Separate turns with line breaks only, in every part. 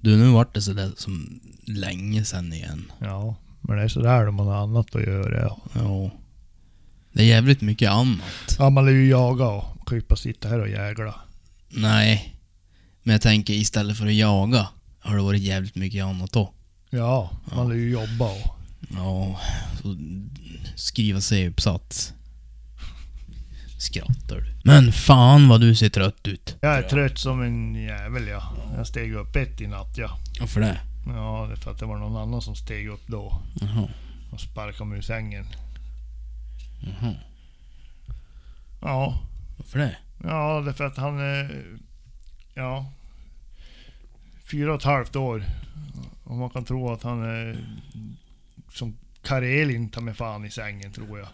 Du, nu vart det sådär som länge sedan igen.
Ja, men det är sådär när man har annat att göra. ja.
Ja. Det är jävligt mycket annat.
Ja, man lär ju jaga och man kan ju inte bara sitta här och jägla.
Nej. Men jag tänker istället för att jaga har det varit jävligt mycket annat då.
Ja, man
Ja.
lär ju jobba och...
Ja, så skriva C-uppsats. Skrattar du? Men fan vad du ser trött ut.
Jag är trött som en jävel ja. Jag steg upp ett i natt ja.
Varför det?
Ja, det är för att det var någon annan som steg upp då
Jaha.
och sparkade mig ur sängen.
Jaha.
Ja,
Varför det?
ja det är för att han... eh, Ja... Fyra och ett halvt år. Och man kan tro att han är... Som Karelin tar mig fan i sängen tror jag.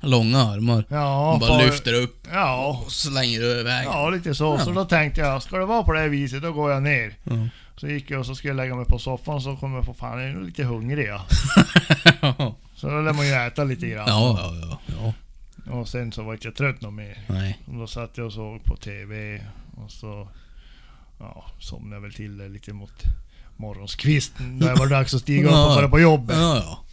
Långa armar.
Ja,
Hon bara
far-
lyfter upp
Ja.
och slänger över vägen.
Ja, lite så. Så då tänkte jag, ska det vara på det här viset, då går jag ner.
Ja.
Så gick jag och så skulle jag lägga mig på soffan, så kom jag på fan, jag är nog lite hungrig ja.
ja,
Så då lär man ju äta lite grann.
ja, ja. ja.
Och sen så var inte jag trött någon mer.
Nej.
Och Då satt jag och såg på TV och så ja, somnade jag väl till det lite mot morgonskvisten. Där var det dags att stiga upp och börja på jobbet.
Ja, ja.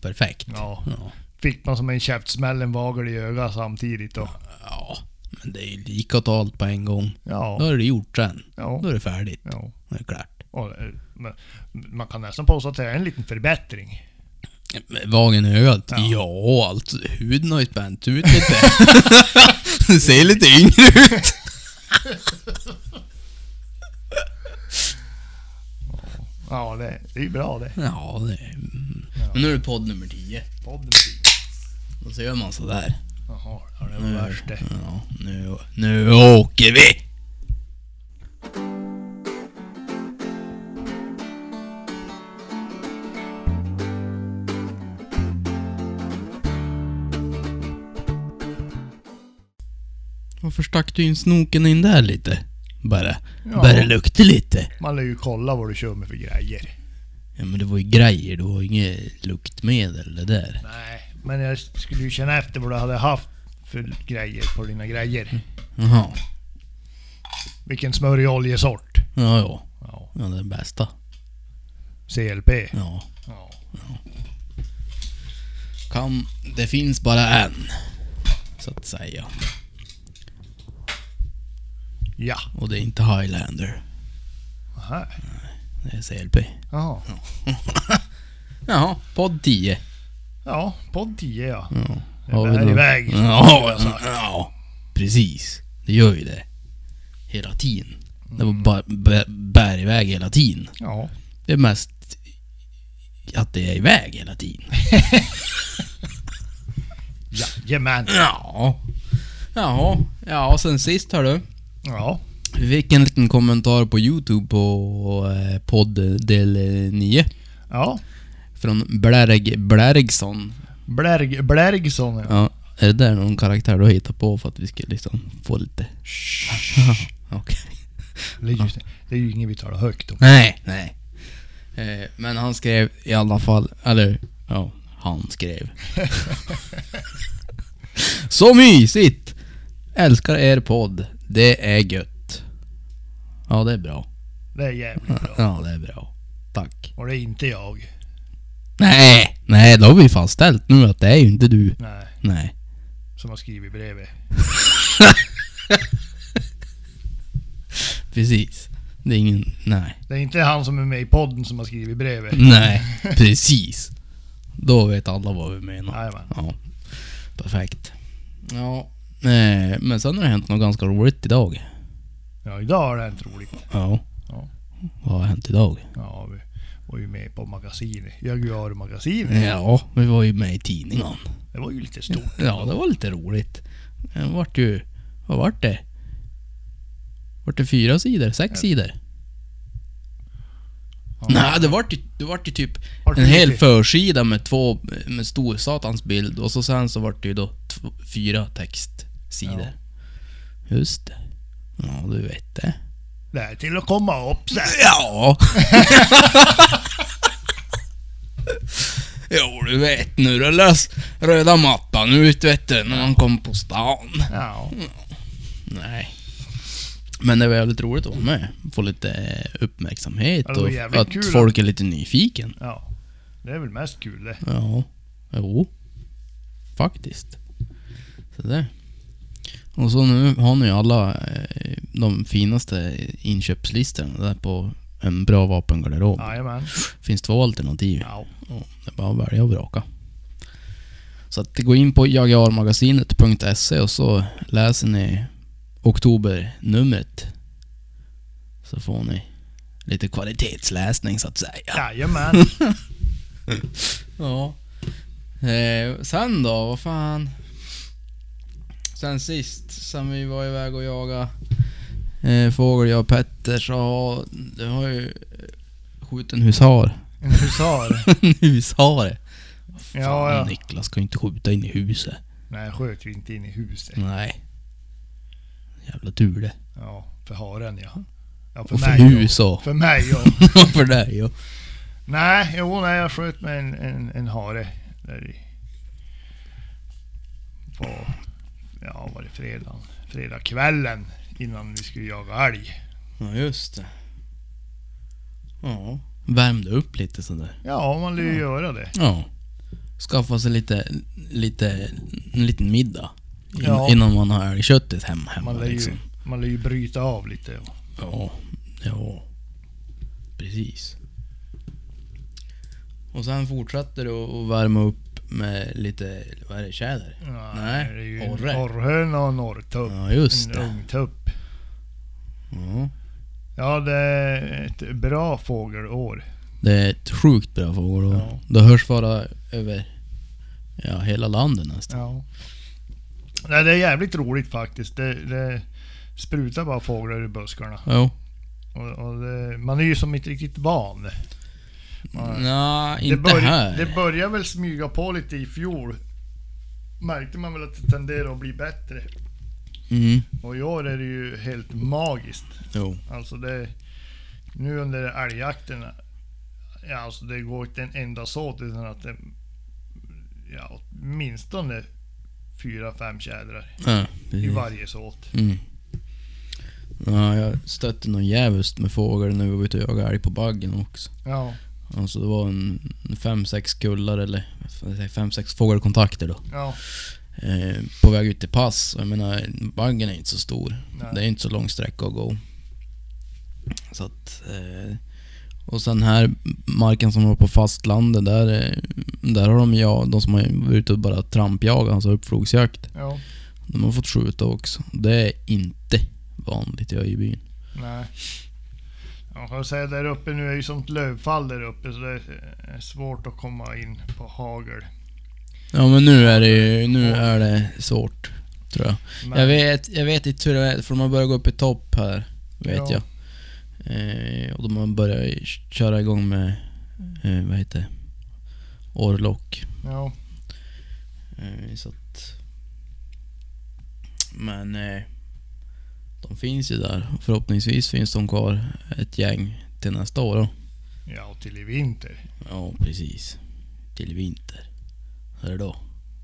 Perfekt.
Ja,
Ja.
fick man som en käftsmäll en vagel i ögat samtidigt då.
ja. Men det är ju lika åt allt på en gång. Då
Ja,
är det gjort sen.
ja,
Då är det färdigt.
ja.
Då är det klart.
Och, eh, men, man kan nästan påstå att det är en liten förbättring.
Men Vagen i ögat?
Ja.
Ja, alltså huden har ju spänt ut lite. du ser lite yngre ut.
Ja, det, det är ju bra det.
Ja, det är... Men nu är det podd nummer 10.
Podden.
Då så gör man sådär.
Jaha, ja, det
Mm.
var värst det.
Ja, nu, nu åker vi! Varför stack du in snoken in där lite? Bara,
Ja.
bara lukta lite.
Man lär ju kolla vad du kör med för grejer.
Ja men det var ju grejer, det var ju inget luktmedel det där.
Nej, men jag skulle ju känna efter vad du hade haft för grejer på dina grejer.
Jaha.
Vilken smörjoljesort.
Ja, ja.
Ja.
Ja, det är det bästa.
CLP.
Ja.
Ja.
Kan, det finns bara en. Så att säga.
Ja.
Och det är inte Highlander.
Aha.
Det är CLP.
Jaha.
Jaha, podd 10.
Ja, podd 10 ja.
Ja.
Det bär
då-
iväg.
Ja, ja, ja, precis. Det gör ju det. Hela tiden. Det var bara bä- bär iväg hela tiden.
Ja.
Det är mest att det är iväg hela tiden.
Jajamän.
Ja. Jaha. Ja, och sen sist hördu.
Ja.
Vi fick en liten kommentar på Youtube på eh, podd del 9.
Ja.
Från Blärg Blärgsson.
Blärg, Blärgson ja.
Ja, är det där någon karaktär du har hittat på för att vi ska liksom få lite... Okej.
Det är ju, det är ju inget vi talar högt om.
Nej, nej. Eh, men han skrev i alla fall, eller ja, han skrev. Så mysigt! Älskar er podd. Det är gött. Ja, det är bra.
Det är jävligt bra.
Ja, det är bra. Tack.
Och det är inte jag.
Nej, nej, då har vi fastställt nu att det är ju inte du.
Nej.
Nej.
Som har skrivit brevet.
Precis. Det är ingen... Nej.
Det är inte han som är med i podden som har skrivit brevet.
Nej, precis. Då vet alla vad vi menar.
Jajamän.
Ja, perfekt. Ja, eh, men sen har det hänt något ganska roligt idag.
Ja, idag har det hänt roligt.
Ja.
Ja.
Vad har hänt idag?
Ja, vi var ju med på magasinet. Jaguar-magasinet.
Ja, vi var ju med i tidningen.
Det var ju lite stort.
Ja, det var lite roligt. Det vart ju... Vad vart det? Vart det fyra sidor? Sex sidor? Nej, det vart ju, det vart ju typ
Vart det
en hel
lite-
försida med två... Med stor satans bild och så sen så vart det ju då två, fyra textsidor. Just det. Ja, du vet det.
Det är till att komma upp sen.
Ja. jo, du vet nu det lös röda mattan ut vet du, när man kom på stan.
Ja.
Nej. Men det var jävligt roligt att vara med. Få lite uppmärksamhet
Ja, det var
och
jävligt
att
kul
folk är lite nyfiken.
Ja. Det är väl mest kul det.
Ja, jo. Faktiskt. Så det. Och så nu har ni ju alla eh, de finaste inköpslistorna där på en bra vapengarderob.
Jajamän.
finns två alternativ.
Ja.
Och det är bara att välja och vraka. Så att gå in på jagarmagasinet.se och så läser ni oktobernumret. Så får ni lite kvalitetsläsning så att säga.
Jajamän.
Ja. Eh, sen då, vad fan? Sen sist, sen vi var iväg och jaga eh, fågel, jag och Petter, så har, du har ju eh, skjutit en husar.
En husar.
en hushare. Fan,
Ja, ja.
Niklas ska ju inte skjuta in i huset.
Nej, sköt vi inte in i huset.
Nej. Jävla tur det.
Ja, för haren ja. ja
och för
ja.
hus och
För mig ja.
för dig och...
Nej, jo nej jag sköt med en, en, en hare där i... På... Ja, var det fredag? Fredagskvällen innan vi skulle jaga älg.
Ja, just det. Ja. Värmde upp lite sådär.
Ja, man lär ju göra det.
Ja. Skaffa sig lite, lite, en liten middag. In,
Ja.
Innan man har älgköttet hem, hemma
Man lär ju,
liksom.
man lär ju bryta av lite. och-
Ja, ja. Precis. Och sen fortsatte du att värma upp med lite, vad är det, tjäder? Nej,
det är ju en
orre.
orrhöna och en orrtupp.
Ja, just
en
det.
ungtupp.
Ja.
Ja, det är ett bra fågelår.
Det är ett sjukt bra fågel och
Ja.
det hörs bara över ja, hela landet nästan.
Ja. Nej, det är jävligt roligt faktiskt. Det, det sprutar bara fåglar ur buskarna.
Jo.
Och, och det, man är ju som inte riktigt van. Man,
Nej,
det,
inte
börj-
här.
det började väl smyga på lite i fjol. Märkte man väl att det tenderar att bli bättre.
Mm.
Och i år är det ju helt magiskt.
Jo.
Alltså det... Nu under älgjakten... Ja, alltså det går inte en enda såt utan att det... Ja, åtminstone fyra, fem tjädrar
Ja,
i
precis.
varje såt.
Mm. Ja, jag stötte någon jävligt med fågel när vi var ute och jagade älg på baggen också.
Ja,
Alltså det var en en fem, sex kullar eller vad ska jag säga, fem, sex fågelkontakter då.
ja,
Eh, på väg ut till pass. Och Jag menar, baggen är inte så stor.
Nej.
Det är inte så lång sträcka att gå. Så att... Eh, och sen här, marken som var på fastlandet, där, eh, där har de, ja, de som har varit ute och bara trampjagat, alltså uppflogsjakt.
ja,
De har fått skjuta också. Det är inte vanligt i Öjebyn.
nej. Jag kan säga där uppe nu är ju sånt lövfall där uppe så det är svårt att komma in på hagel.
Ja men nu är det ju, nu är det svårt. Tror jag.
Men-
Jag vet, jag vet inte hur det är, för de har börjat gå upp i topp här. Vet
Ja.
jag. Eh, och de har börjat köra igång med, eh, vad heter det? Orlock.
Ja,
Eh, så att... Men... Eh, de finns ju där. Förhoppningsvis finns de kvar ett gäng till nästa år då.
ja och till i vinter.
Ja, precis. Till vinter. Hör du då?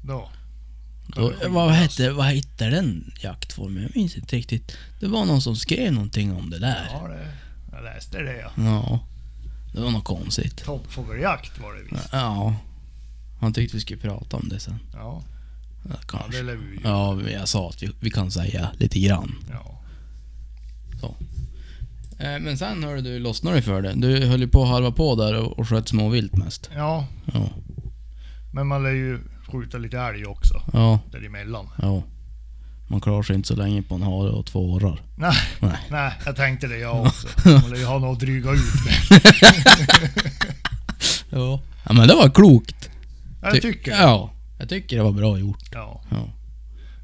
Då. kan
då
det skjutas.
vad, hette, vad hette den jaktformen? Jag minns inte riktigt. Det var någon som skrev någonting om det där. Ja.
Ja, det, jag läste det ja.
Det var något konstigt.
Toppfågeljakt var det visst.
Ja. Han tyckte vi skulle prata om det sen.
Ja,
Ja,
ja det
kanske.
lär vi ju.
Ja, men jag sa att vi, vi kan säga lite grann.
Ja.
Eh, men sen hörde du, lossnade du för det. Du höll ju på att harva på där och, och sköt småvilt mest.
ja,
Ja.
men man lär ju skjuta lite älg också
Ja.
däremellan.
Ja. Man klarar sig inte så länge på en hare och två orrar.
Nej,
Nej.
nej, jag tänkte det jag också. Man lär ju ha något att dryga ut med.
Ja. ja men det var klokt.
Jag tycker det.
Ja. Jag tycker det var bra gjort.
Ja.
Ja.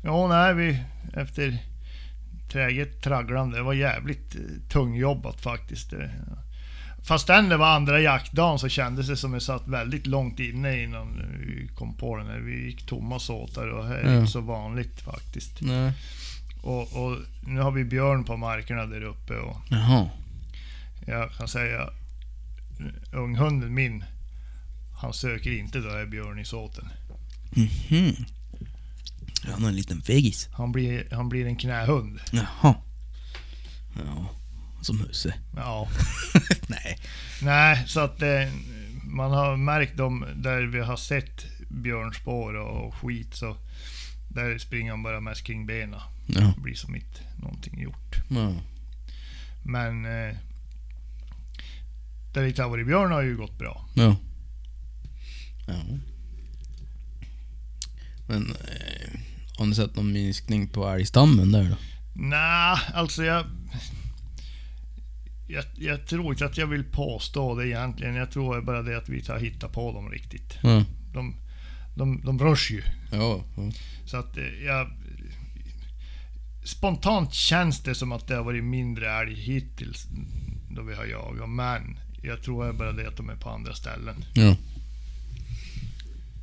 Ja, nej, vi efter träget tragglande. Det var jävligt eh, tungjobbat faktiskt. Det- Fastän det var andra jaktdagen så kändes det som att vi satt väldigt långt inne innan vi kom på den. här. Vi gick tomma såtar och det här är
Ja.
inte så vanligt faktiskt.
Nej.
Och, och nu har vi björn på markerna där uppe och
Jaha.
jag kan säga eh, unghunden min, han söker inte den här björn i såten.
Mhm. Han har en liten fegis.
Han blir, han blir en knähund.
Jaha. som husse.
Ja.
Nej.
Nej, så att eh, man har märkt dem där vi har sett björnspår och, och skit så där springer han bara mest kring benen.
Ja.
Det blir som inte någonting gjort.
ja.
Men eh, där det inte har varit björn har ju gått bra.
Ja. ja. Men eh, har ni sett någon minskning på älgstammen där då?
Nej, alltså jag, jag... Jag tror inte att jag vill påstå det egentligen. Jag tror bara det att vi inte har hittat på dem riktigt.
Ja.
De, de, de rör sig ju.
Ja. ja.
Så att eh, jag... Spontant känns det som att det har varit mindre älg hittills då vi har jagat. Men jag tror bara det att de är på andra ställen.
ja.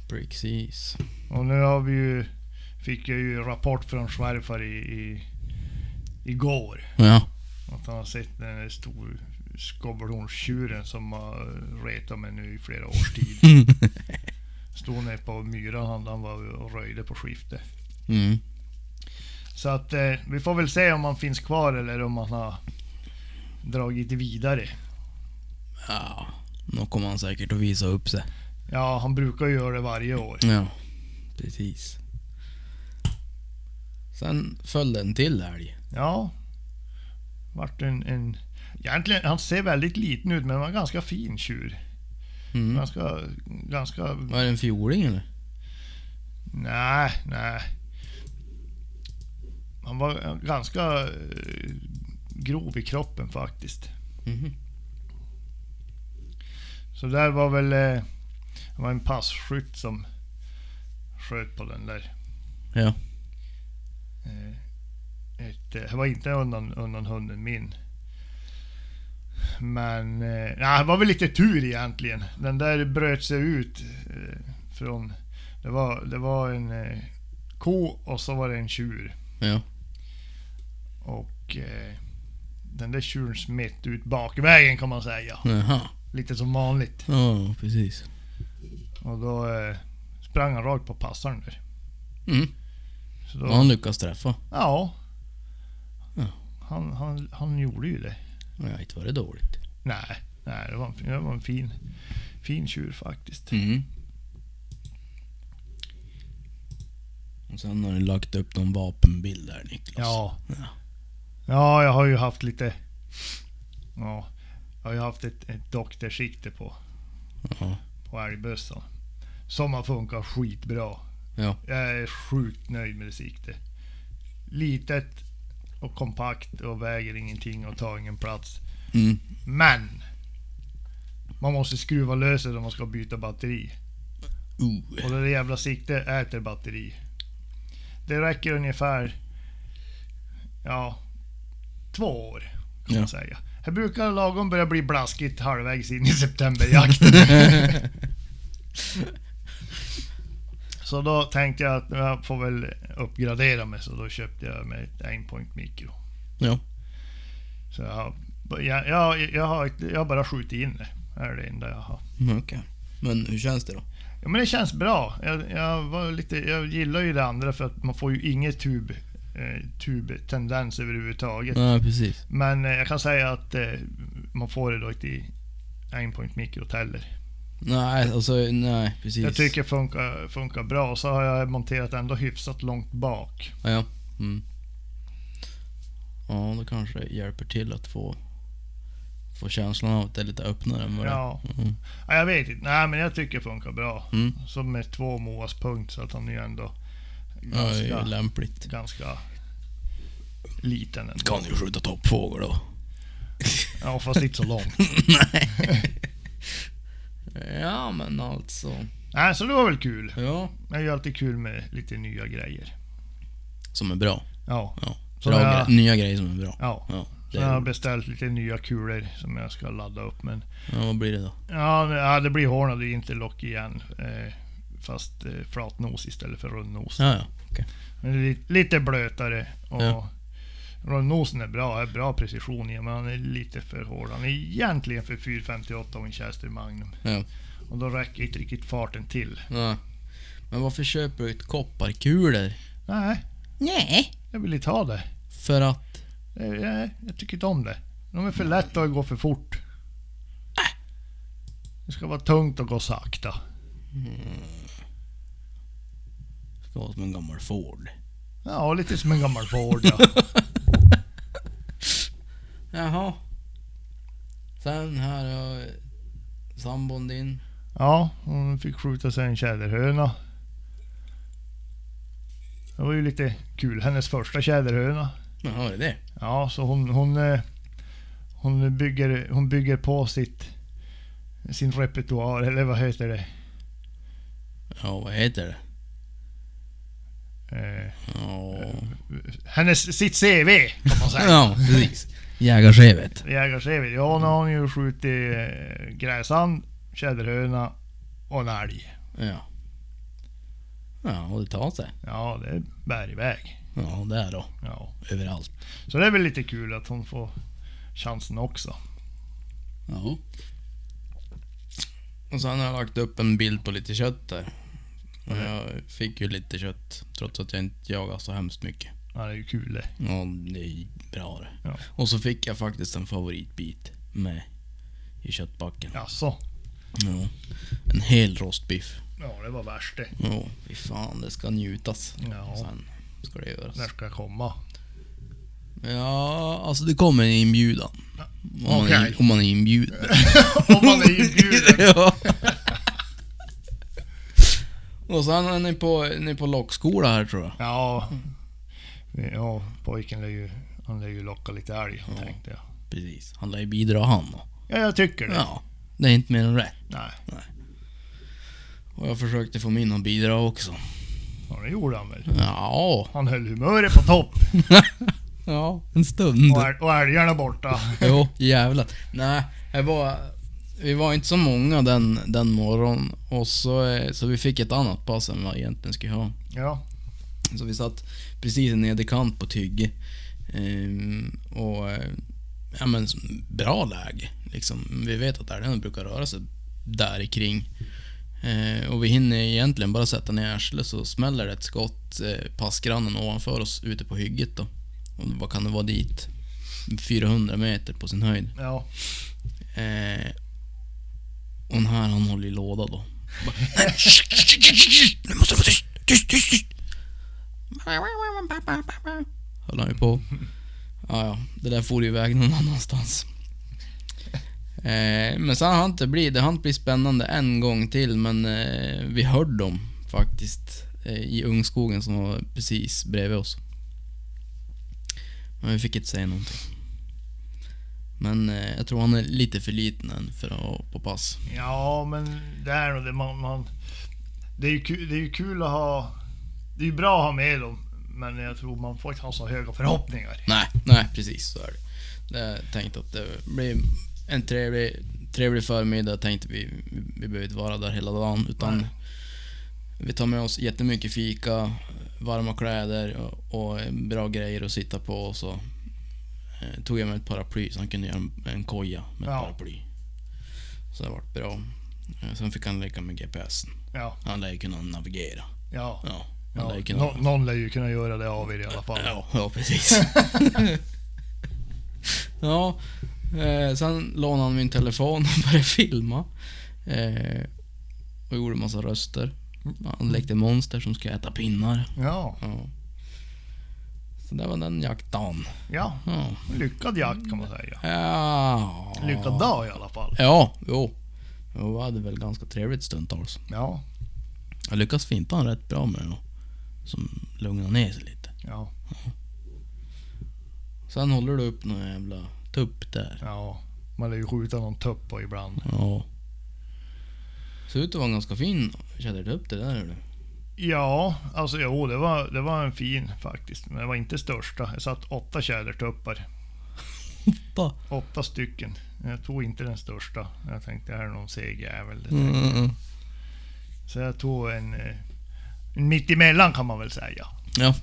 Precis.
Och nu har vi ju... Fick jag ju rapport från svärfar i, i... Igår.
Ja.
Att han har sett den där stor skobbelhornstjuren som har retat mig nu i flera års tid. Stod nere på myran han, han var och röjde på skiftet.
Mm.
Så att eh, vi får väl se om han finns kvar eller om han har dragit vidare.
Ja. Då kommer han säkert att visa upp sig.
Ja, han brukar ju göra det varje år.
Ja. Precis. Sen föll den till älg.
Ja. Vart en, en... Egentligen, han ser väldigt liten ut men han var en ganska fin tjur.
Mm.
Ganska, ganska
Var det en fjoling eller?
Nej, nej. Han var ganska eh, grov i kroppen faktiskt.
Mhm.
Så där var väl... eh, Det var en passkytt som sköt på den där.
Ja.
Eh, Ett, eh, det var inte undan, undan hunden min. Men... eh, Nej, det var väl lite tur egentligen. Den där bröt sig ut eh, från... Det var, det var en eh, ko och så var det en tjur.
Ja.
Och eh, den där tjuren smet ut bakvägen kan man säga.
Jaha.
Lite som vanligt.
Ja, precis.
Och då eh, sprang han rakt på passaren där.
Mm.
Så
Och
då,
han lyckas träffa.
ja.
Ja.
Han, han, han gjorde ju det.
Nej, inte var det dåligt.
Nej, nej det var en, fin- det var en fin, fin tjur faktiskt.
Mm. Och sen har du lagt upp någon vapenbild där Niklas.
Ja.
Ja.
Ja, jag har ju haft lite... Ja. Jag har ju haft ett, ett doktorsikte på,
Ja.
på älgbössan. Som har funkat skitbra.
Ja.
Jag är sjukt nöjd med det siktet. Litet och kompakt och väger ingenting och tar ingen plats.
Mm.
Men! Man måste skruva lös det om man ska byta batteri.
Uh.
Och det där jävla siktet äter batteri. Det räcker ungefär... Ja... Två år, kan
Ja.
man säga. Här brukar lagom börja bli blaskigt halvvägs in i septemberjakt. så då tänkte jag att jag får väl uppgradera mig, så då köpte jag mig ett Aimpoint Micro.
Ja.
Så jag har, jag, jag, jag har, jag har bara skjutit in det. Det är det enda jag har.
Mm, Okej. Men hur känns det då?
Ja, men det känns bra. Jag, jag, var lite, jag gillar ju det andra för att man får ju inget tub, eh, tubtendens överhuvudtaget.
Ja, precis.
Men eh, jag kan säga att eh, man får det då inte i Aimpoint mikrot heller.
Nej, alltså nej, precis.
Jag tycker det funkar, funkar bra. Och så har jag monterat ändå hyfsat långt bak.
Ja, ja. Mm. Ja, då kanske det hjälper till att få, få känslan av att det är lite öppnare än vad det
Ja.
Mm.
Ja, jag vet inte. Nej, men jag tycker det funkar bra.
Mm.
Så med två Moas punkt så att han är ju ändå
Ja, det är ju
ganska,
lämpligt.
ganska liten ändå.
Kan ju skjuta toppfågel då.
Ja, fast inte så långt.
Nej. ja, men alltså.
Nej, så det var väl kul.
Ja.
Det är ju alltid kul med lite nya grejer.
Som är bra.
Ja.
Ja.
Så
bra
jag-
gre- nya grejer som är bra.
ja.
Ja, det
Så jag har
är,
beställt lite nya kulor som jag ska ladda upp. Men
ja, vad blir det då?
ja, det- ja det blir Hornad Interlock igen. Eh, fast eh, flatnos istället för rundnos.
Ja, ja. okej.
Men det är li- lite blötare. Och
Ja.
Rundnosen är bra, är bra precision i men han är lite för hård. Han är egentligen för 458 och en Chester Magnum.
Ja.
Och då räcker inte riktigt farten till.
Ja. Men varför köper du ett kopparkulor?
Nej,
Nej.
jag vill inte ha det.
För att...
Eh, Jag, jag tycker inte om det. De är för lätta att gå för fort.
Äh.
Det ska vara tungt att gå sakta.
Ska vara som en gammal Ford.
Ja, lite som en gammal Ford ja.
Jaha. Sen här har vi sambon din.
Ja, hon fick skjuta sig en tjäderhöna. Det var ju lite kul. Hennes första tjäderhöna.
Jaha, det är det?
Ja, så hon, hon, eh, hon, bygger, hon bygger på sitt, sin repertoar, eller vad heter det?
Ja, vad heter det?
Eh,
Ja,
hennes, sitt CV kan man säga.
ja precis. Jägarskevet.
Jägar-CV. Ja, nu har hon ju skjutit eh, gräsand, tjäderhöna och en älg.
Ja. Ja, och det tar sig.
Ja, det är bergväg.
Ja, där då.
Ja.
Överallt.
Så det är väl lite kul att hon får chansen också.
Ja. Och sen har jag lagt upp en bild på lite kött där. Och jag fick ju lite kött trots att jag inte jagar så hemskt mycket.
Ja, det är ju kul eh, det.
Ja, det är ju bra det.
Ja.
Och så fick jag faktiskt en favoritbit med i köttbacken.
Jaså?
Ja. En hel rostbiff.
Ja, det var värst det.
Ja, fy fan det ska njutas.
Ja.
Sen ska det göras.
När ska jag komma?
Ja, alltså det kommer en inbjudan. Om, man
Okej.
är, om man är inbjuden.
Om man är inbjuden.
ja. Och sen är ni på, ni på lockskola här tror jag.
Ja, ja pojken lär ju, han lär ju locka lite älg, tänkte jag.
Precis. Han lär ju bidra han då.
Ja, jag tycker det.
Ja. Det är inte mer än rätt.
Nej,
Och jag försökte få min att bidra också.
ja, det gjorde han väl.
Ja.
Han höll humöret på topp
Ja, en stund.
och, äl- och älgarna borta.
Jo, jävlar. Nej, jag var, vi var inte så många den, den morgonen. Och så, eh, så vi fick ett annat pass än vad jag egentligen skulle ha.
Ja,
Så vi satt precis i nederkant på Tygge. Ehm, och eh, ja, men s- bra läge. Liksom. Vi vet att älgarna brukar röra sig där i kring. Eh, och vi hinner egentligen bara sätta ner arslet så smäller det ett skott eh, passgrannen ovanför oss ute på hygget då. Och vad kan det vara dit? 400 meter på sin höjd.
ja.
Eh, och den här han håller i låda då. Bara, "Nej, Nu måste du vara tyst, tyst, tyst, tyst. Höll han ju på. Ja, ja, det där for ju iväg någon annanstans. Eh, men sen hann det bli, det hann bli spännande en gång till men eh, vi hörde dem faktiskt eh, i ungskogen som var precis bredvid oss. Men vi fick inte säga någonting. Men eh, jag tror han är lite för liten än för att vara på pass.
Ja, men det är nog det man... man det, är ju kul, det är ju kul att ha... Det är ju bra att ha med dem, men jag tror man får inte ha så höga förhoppningar.
Nej, nej precis så är det. det. Jag tänkte att det blir en trevlig, trevlig förmiddag. Jag tänkte vi, vi, vi behöver inte vara där hela dagen utan
Nej.
vi tar med oss jättemycket fika, varma kläder och, och bra grejer att sitta på och så eh, tog jag med ett paraply så han kunde göra en, en koja med
Ja.
ett paraply. Så det vart bra. Eh, Sen fick han leka med GPSen.
Ja,
Han lär ju kunna navigera.
ja.
Ja, han
ja.
lär ju kunna...
Nå, någon lär ju kunna göra det av er i alla fall.
Ja, ja precis. ja, eh, sen lånade han min telefon och började filma. Eh, och gjorde massa röster. Han lekte monster som ska äta pinnar.
Ja,
Ja. Så det var den jaktdagen.
ja.
Ja.
Lyckad jakt kan man säga.
ja.
Lyckad dag i alla fall.
Ja, jo. Jo, Vi hade väl ganska trevligt stundtals.
Ja,
Jag lyckas finta han rätt bra med att som lugna ner sig lite.
ja,
Sen håller du upp någon jävla tupp där.
ja. Man lär ju skjuta någon tupp på ibland.
Ja. Ser ut att vara en ganska fin tjädertupp det där hördu.
Ja, alltså jo, det var, det var en fin faktiskt. Men det var inte största. Jag satt åtta tjädertuppar.
Åtta.
Åtta stycken. Jag tog inte den största. Jag tänkte det här är någon seg jävel. Det tänkte jag.
Mm.
Så jag tog en, eh, en mittemellan kan man väl säga.
Ja.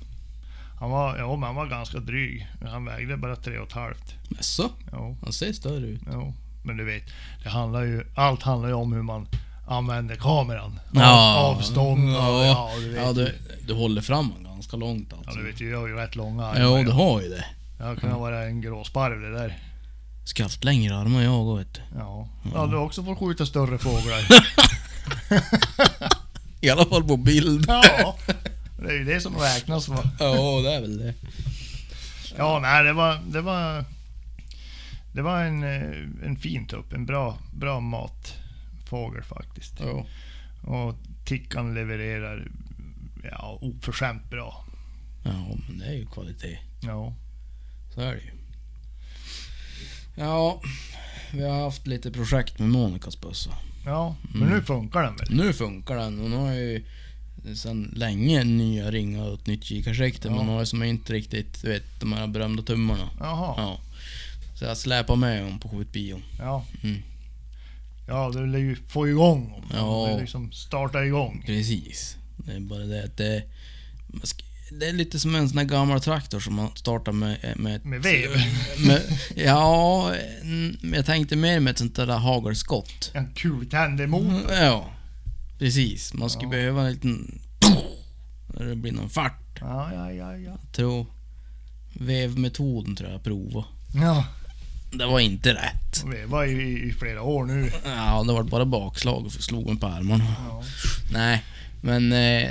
Han var, ja, men han var ganska dryg. Men han vägde bara tre och ett halvt.
Jaså?
Jo,
Han ser större ut.
jo. Men du vet, det handlar ju, allt handlar ju om hur man använder kameran. Av- Avstånd och
ja.
ja, du vet.
Ja,
du...
du, du håller fram honom ganska långt
Ja,
alltså.
du vet ju, jag har ju rätt långa
Ja,
armar.
du har ju det.
Jag hade kunnat vara en gråsparv det där.
Ska haft längre armar än jag vet du.
Ja. ja, du har också fått skjuta större fåglar.
I alla fall på bild.
Ja, det är ju det som räknas. Va?
Ja, det är väl det.
Ja, nej, det var... Det var, det var en, eh, en fin tupp. En bra, bra matfågel faktiskt.
Ja.
Och Tickan levererar ja, oförskämt bra.
ja, men det är ju kvalitet.
Ja.
Så är det ju. Ja, vi har haft lite projekt med Monikas bössa.
ja, men
Mm.
nu funkar den väl?
Nu funkar den. Hon har ju sedan länge nya ringar och ett nytt kikarsikte.
Ja.
Men hon har ju som inte riktigt, du vet, de här berömda tummarna.
Jaha, ja.
Ja. Så jag släpar med honom på skjutbion.
ja.
Mm.
Ja, du vill ju få igång dem.
Ja.
Du vill liksom starta igång.
Precis. Det är bara det att det... man sk- Det är lite som en sån här gammal traktor som man startar med... eh, Med, ett-
Med vev.
Med, ja, mm, men jag tänkte mer med ett sånt där hagelskott.
En
Mm.
kultändemotor.
Ja, precis. Man skulle
Ja.
behöva en liten... När det blir någon fart.
Ja, ja, ja, ja.
Jag tror... Vevmetoden tror jag prova.
Ja,
Det var inte rätt.
och vi var ju i, i flera år nu.
Ja, det var bara bakslag och slog en på armarna.
Ja.
Nej, men... Eh,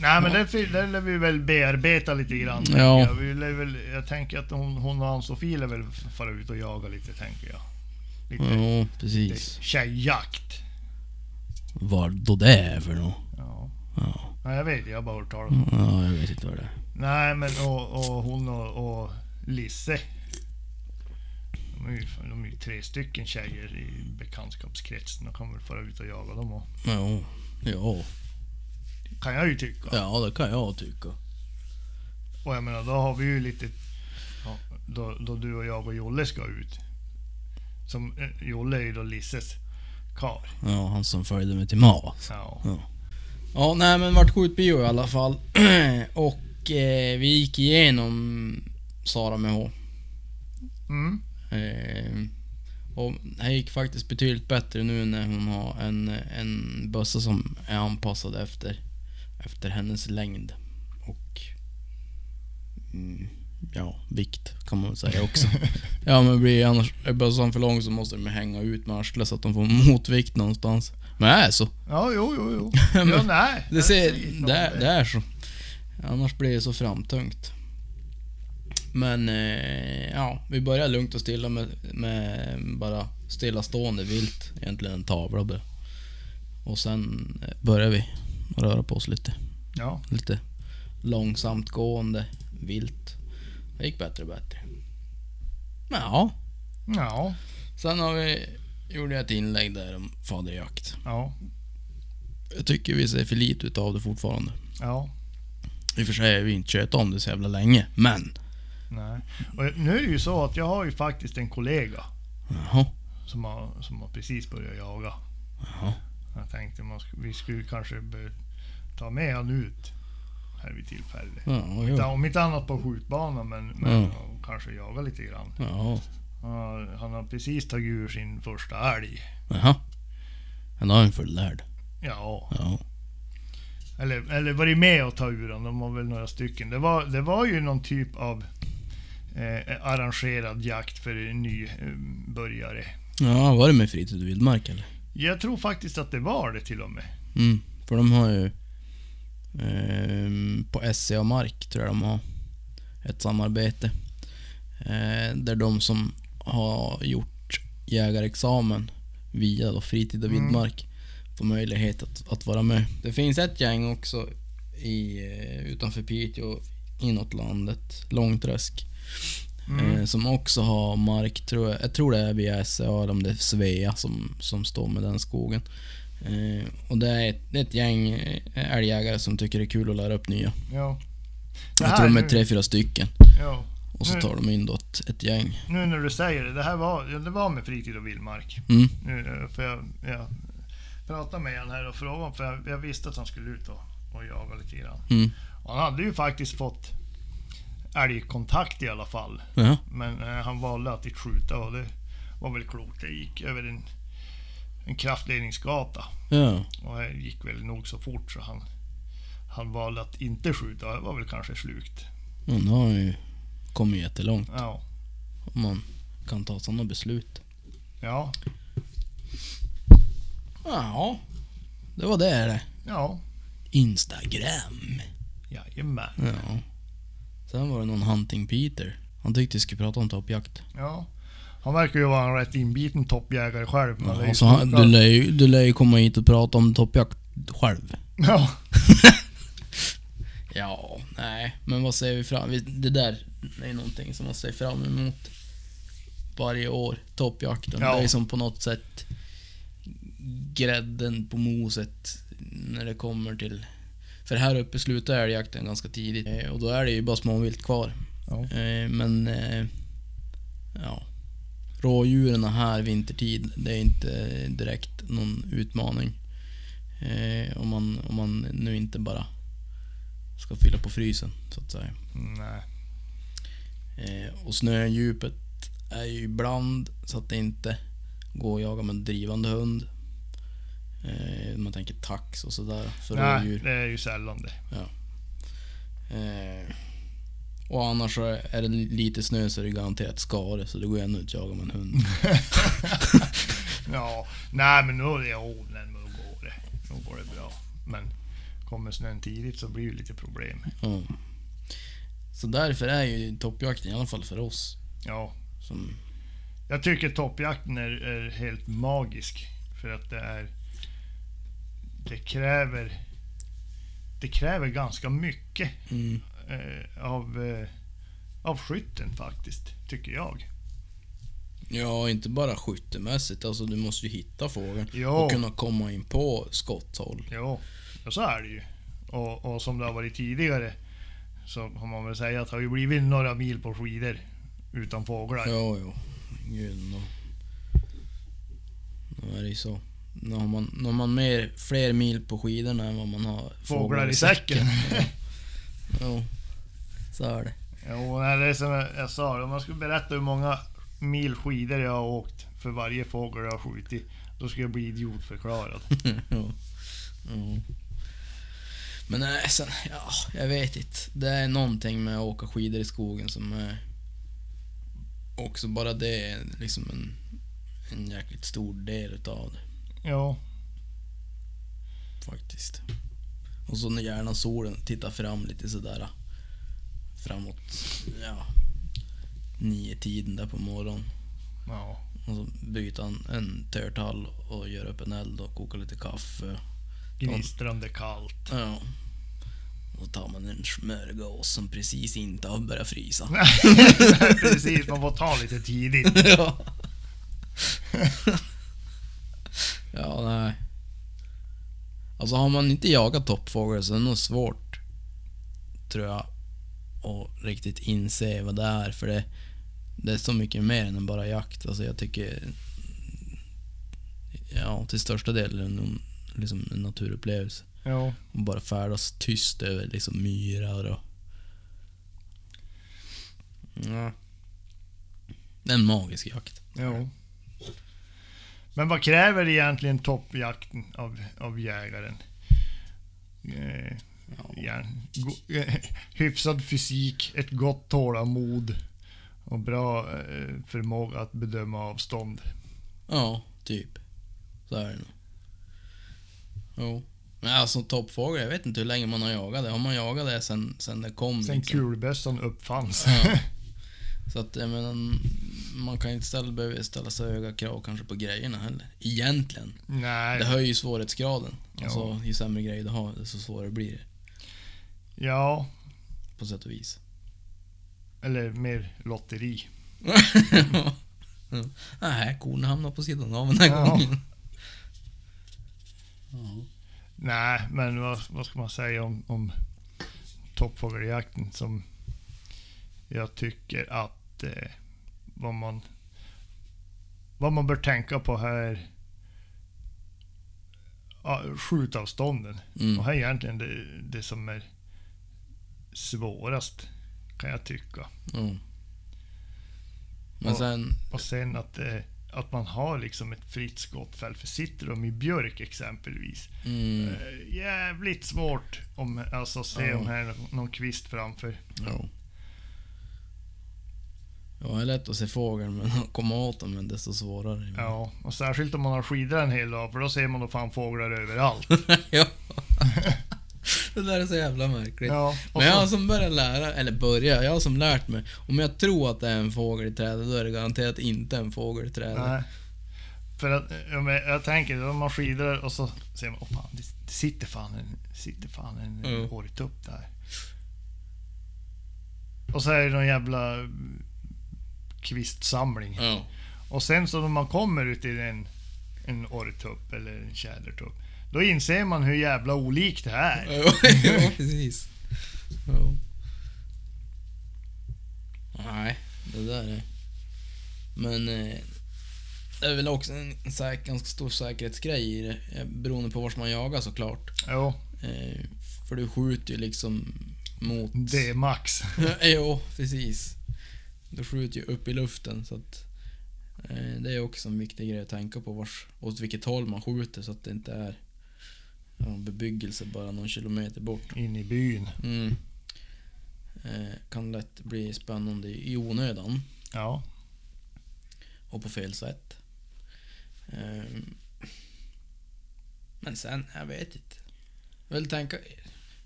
Nej men det, fi- det lär vi väl bearbeta lite grann. tänker
Ja.
Jag. Vi lär väl, jag tänker att hon, hon och Ann-Sofie lär väl fara ut och jaga lite tänker jag. Lite,
ja,
lite
precis.
tjejjakt.
Vad då det är för något.
Ja.
Ja.
Nej, jag vet, jag har bara hört talas om
ja, jag vet inte vad det är.
Nej men och, och hon och, och Lisse. De är, ju, de är ju tre stycken tjejer i bekantskapskretsen. De kan väl fara ut och jaga dem och,
Jo, ja,
Kan jag ju tycka.
ja, det kan jag tycka.
Och jag menar då har vi ju lite... Ja, då, då du och jag och Jolle ska ut. Som, eh, Jolle är ju då Lisses karl.
Ja, han som följde mig till Mas.
Ja.
Ja, nej men vart skjutbio i alla fall. och eh, vi gick igenom Sara med H.
Mm.
Eh, och det här gick faktiskt betydligt bättre nu när hon har en, en bössa som är anpassad efter, efter hennes längd och mm, ja, vikt kan man väl säga också. ja men blir annars är bössan för lång så måste de hänga ut med arslet så att de får motvikt någonstans. Men det är så.
Ja, jo, jo, jo.
Men-
ja, nej.
Det, ser,
sägs något
det,
om
är- det är så. Annars blir det så framtungt. Men eh, ja, vi börjar lugnt och stilla med, med bara stillastående vilt. Egentligen en tavla bara. Och sen eh, börjar vi röra på oss lite.
Ja.
Lite långsamt gående vilt. Det gick bättre och bättre. Men ja,
Ja.
sen har vi, gjorde jag ett inlägg där om faderjakt.
Ja.
Jag tycker vi ser för lite utav det fortfarande.
Ja.
I och för sig har vi inte kört om det så jävla länge, men...
Nej. Och nu är det ju så att jag har ju faktiskt en kollega
Jaha.
som har, som har precis börjat jaga.
Jaha.
Jag tänkte man sk- vi skulle kanske bör ta med han ut här vid tillfälle.
Ja,
Ja,
jo.
om inte annat på skjutbanan men, men
Mm.
och kanske jaga lite grann.
Ja.
Han har, han har precis tagit ur sin första älg.
Jaha. Han har en fullärd.
Ja,
Ja.
eller, eller varit med och ta ur den. De var väl några stycken. Det var, det var ju någon typ av eh, arrangerad jakt för eh, nybörjare.
Ja, var det med fritid och vildmark eller?
Jag tror faktiskt att det var det till och med.
Mm. För de har ju... ehm, på SCA Mark tror jag de har ett samarbete. Eh, där de som har gjort jägarexamen via då fritid och
Mm.
vildmark får möjlighet att, att vara med. Det finns ett gäng också i, eh, utanför Piteå, inåt landet, Långträsk.
Mm.
Eh, som också har mark, tror jag, jag tror det är via SCA eller om det är Svea som, som står med den skogen. Eh, och det är, ett, det är ett gäng eh, älgjägare som tycker det är kul att lära upp nya.
Ja. Det
Jag
här
tror de är
nu-
tre, fyra stycken.
Ja.
Och så
Nu-
tar de in då ett, ett gäng.
Nu när du säger det, det här var, ja, det var med fritid och vildmark.
Mm.
Nu, eh, för jag, jag pratade med han här och frågade för jag, jag visste att han skulle ut och, och jaga lite grann.
Mm.
Och han hade ju faktiskt fått älgkontakt i alla fall.
Ja.
Men eh, han valde att inte skjuta och det var väl klokt. Det gick över en, en kraftledningsgata
Ja.
och det gick väl nog så fort så han, han valde att inte skjuta. Det var väl kanske slukt.
Hon har ju kommit jättelångt.
Ja,
Om man kan ta sådana beslut.
Ja.
Ja, det var det det.
Ja.
Instagram.
Jajamän.
Ja. Sen var det någon Hunting Peter. Han tyckte vi skulle prata om toppjakt.
Ja. Han verkar ju vara en rätt inbiten toppjägare själv. Men det är ju
Ja, så han, du, lär ju, du lär ju komma hit och prata om toppjakt själv.
Ja.
Ja, nej. Men vad ser vi fram vi- Det där är ju någonting som man ser fram emot varje år. Toppjakten.
Ja.
Det är ju som på något sätt grädden på moset när det kommer till... För här uppe slutar älgjakten ganska tidigt eh, och då är det ju bara småvilt kvar.
Ja.
Eh, Men... eh, Ja. Rådjuren här vintertid, det är inte direkt någon utmaning. Eh, Om man, om man nu inte bara ska fylla på frysen, så att säga.
Nej.
Eh, Och snödjupet är ju ibland så att det inte går att jaga med drivande hund. Eh, Man tänker tax och sådär för
Nej,
rådjur.
det är ju sällan det.
Eh, Och annars så är det lite snö så är det garanterat skare så det går ju ändå inte att jaga med en hund.
Ja. Nej men nu, jo, nej, nu går det. Nu går det bra. Men kommer snön tidigt så blir det lite problem.
Ja. Så därför är ju toppjakten, i alla fall för oss,
Ja.
som...
Jag tycker toppjakten är, är helt magisk. För att det är... Det kräver... Det kräver ganska mycket
Mm,
eh, av, eh, av skytten faktiskt, tycker jag.
ja, inte bara skyttemässigt. Alltså, du måste ju hitta fågeln
Ja,
och kunna komma in på skotthåll.
ja. ja så är det ju. Och, och som det har varit tidigare så har man väl säga att det har ju blivit några mil på skidor utan fåglar.
Ja, ja. Gud, då. då är det ju så. Nu har man, nu har man mer, fler mil på skidorna än vad man har
Fåglar i säcken.
Ja, så är det.
Jo, nej, det är som jag, jag sa, om man skulle berätta hur många mil skidor jag har åkt för varje fågel jag har skjutit, då skulle jag bli idiotförklarad.
ja. Ja. Men nej, sen, ja, jag vet inte. Det är någonting med att åka skidor i skogen som är... Också bara det är liksom en, en jäkligt stor del utav det
Ja,
faktiskt. Och så när gärna solen tittar fram lite sådär. Framåt, ja, nio tiden där på morgonen.
ja,
Och så byter han en törtall och gör upp en eld och kokar lite kaffe.
gnistrande kallt.
Ja. Och då tar man en smörgås som precis inte har börjat frysa.
Nej, precis, man får ta lite tidigt.
ja. ja, nej. Alltså har man inte jagat toppfågel så är det nog svårt, tror jag, att riktigt inse vad det är. För det, det är så mycket mer än bara jakt. Alltså jag tycker, ja, till största delen en- liksom en naturupplevelse.
Ja.
Och bara färdas tyst över liksom myrar och... Ja. Det är en magisk jakt.
Jo. Men vad kräver egentligen toppjakten av, av jägaren? Eh, ja, go, eh, hyfsad fysik, ett gott tålamod och bra eh, förmåga att bedöma avstånd.
Ja, typ. Så är det nog. Jo. Men alltså toppfågel, jag vet inte hur länge man har jagat det. Har man jagat det sen, sen det kom
Sen kulbössan uppfanns.
Liksom. Ja. Så att jag menar, man kan ju inte ställa, behöva ställa så höga krav kanske på grejerna heller. Egentligen. Det
Nej.
höjer ju svårighetsgraden.
Ja.
Alltså, ju sämre grejer du har, desto svårare blir det.
Ja,
På sätt och vis.
eller mer lotteri.
ja. Nej, korna hamnar på sidan av den här
Ja.
gången.
Nej, men vad, vad ska man säga om, om toppfågeljakten som jag tycker att eh, vad, man, vad man bör tänka på här ja, skjutavstånden. Och
Mm.
här är egentligen det, det som är svårast kan jag tycka.
Ja. Men
Och-
sen,
Och sen att, eh, att man har liksom ett fritt skottfält. För sitter de i björk exempelvis
mm,
Eh, Jävligt svårt om, alltså se
Ja.
om här är någon kvist framför.
ja. Ja, det är lätt att se fågeln men att komma åt den men desto svårare.
Ja, och särskilt om man har skidor en hel dag, för då ser man då fan fåglar överallt.
ja. det där är så jävla märkligt.
Ja, och
Men jag
så,
som börjar lära, eller börja, jag som lärt mig. Om jag tror att det är en fågel i trädet, då är det garanterat inte en fågel i trädet.
nej. För att, ja, men jag tänker, om man skidor och så ser man, åh fan, det- det sitter fan en, sitter fan en
Mm.
mm. åretupp där. Och så är det någon jävla mm, kvistsamling.
Ja.
Och sen så när man kommer ut i en, en orrtupp eller en tjädertupp, då inser man hur jävla olikt det är.
ja, precis. Ja. Nej, det där är... Men eh, det är väl också en säk- ganska stor säkerhetsgrej i det, eh, beroende på vars man jagar såklart.
Jo,
Eh, för du skjuter ju liksom mot...
det är max.
jo, precis. Du skjuter ju upp i luften så att... Eh, det är också en viktig grej att tänka på vars, åt vilket håll man skjuter så att det inte är ja, bebyggelse bara någon kilometer bort.
In i byn.
Mm. Eh, kan lätt bli spännande i onödan
Ja.
och på fel sätt. Eh, men sen, jag vet inte. Jag vill tänka,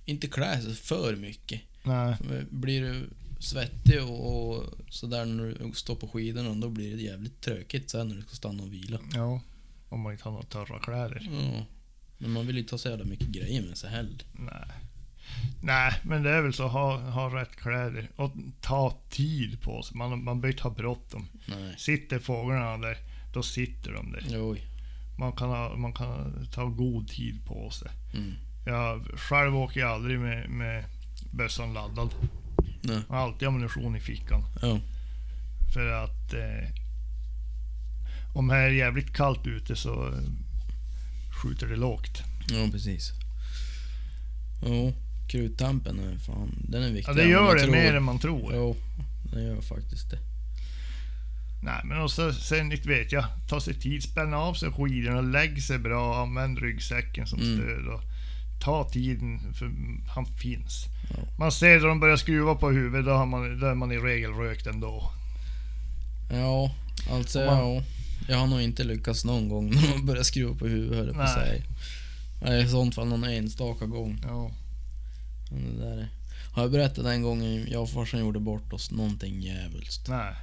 inte klä sig för mycket.
Nej.
Blir du svettig och, och sådär när du står på skidorna, då blir det jävligt tråkigt sen när du ska stanna och vila.
Ja. Om man inte har några torra kläder.
Ja. Men man vill ju inte ha så jävla mycket grejer med sig heller.
Nej. Nej, men det är väl så. Ha, ha rätt kläder. Och ta tid på sig. Man, man behöver inte ha bråttom.
Nej.
Sitter fåglarna där, då sitter de där.
Oj.
Man kan, ha, man kan ta god tid på sig.
Mm.
Jag själv åker jag aldrig med, med bössan laddad.
Nej.
Jag har alltid ammunition i fickan.
Ja.
För att eh, om det är jävligt kallt ute så eh, skjuter det lågt.
Ja, precis. Jo, kruttampen är fan, den är viktig.
Ja, det gör det
tror.
mer än man tror.
Jo, den gör faktiskt det.
Nej, men och så, sen inte vet jag. Ta sig tid, spänna av sig skidorna, lägg sig bra, använd ryggsäcken som
Mm.
stöd. Och ta tiden, för han finns.
Ja.
Man ser när de börjar skruva på huvudet, då, har man, då är man i regel rökt ändå.
Ja, alltså
Om man-
ja. Jag har nog inte lyckats någon gång när man börjar skruva på huvudet höll jag på att
Nej.
säga. Nej, i sånt fall någon enstaka gång.
Ja.
Men det där är... Har jag berättat den gången jag och farsan gjorde bort oss någonting djävulskt?
Nej.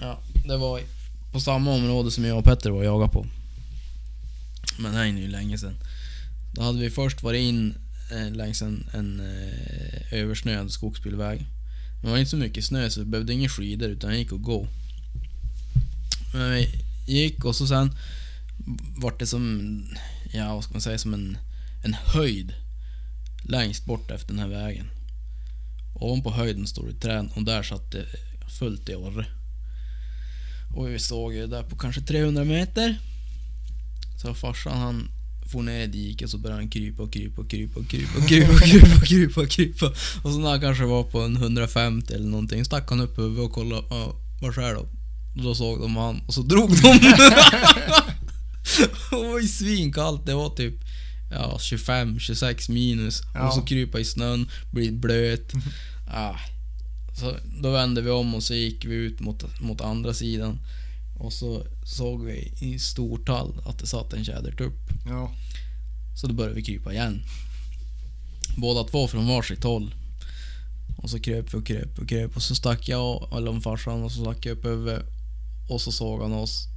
Ja, det var på samma område som jag och Petter var och jagade på. Men det här är ju länge sedan. Då hade vi först varit in eh, längs en, en eh, översnöad skogsbilväg. Det var inte så mycket snö så vi behövde inga skidor utan det gick att gå. Men vi gick och så sen vart det som, ja vad ska man säga, som en, en höjd längst bort efter den här vägen. Ovanpå höjden stod det ett träd och där satt det fullt i orre. Och vi såg ju där på kanske 300 meter. Så farsan han for ner i diket så började han krypa och krypa och krypa och krypa och krypa och krypa och krypa och krypa. Och så när han kanske var på en 150 eller någonting stack han upp huvudet och kollade ja, vad är då? Då såg de han och så drog de. det var ju svinkallt. Det var typ ja, 25-26 minus.
Ja.
Och så krypa i snön, bli blöt. Ah. Så då vände vi om och så gick vi ut mot, mot andra sidan. Och så såg vi i stortall att det satt en tjädertupp.
Ja.
Så då började vi krypa igen. Båda två från varsitt håll. Och så kröp vi och kröp och kröp och så stack jag, eller om farsan, och så stack jag upp över Och så såg han oss.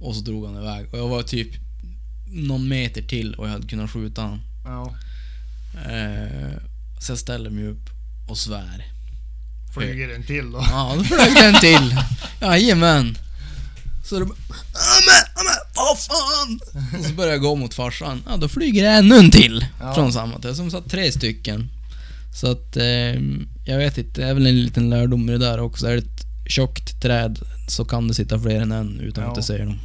Och så drog han iväg. Och jag var typ någon meter till och jag hade kunnat skjuta han.
ja.
Eh, så jag ställer mig upp och svär.
Flyger en till då.
Ja, då flög den till. Jajamän. Så då bara, "Amen, amen, vad fan! Och så börjar jag gå mot farsan. Ja, då flyger det ännu en till.
Ja.
Från samma träd. Som satt tre stycken. Så att, eh, jag vet inte. Det är väl en liten lärdom i det där också. Är det ett tjockt träd så kan det sitta fler än en utan
Ja.
att du ser dem.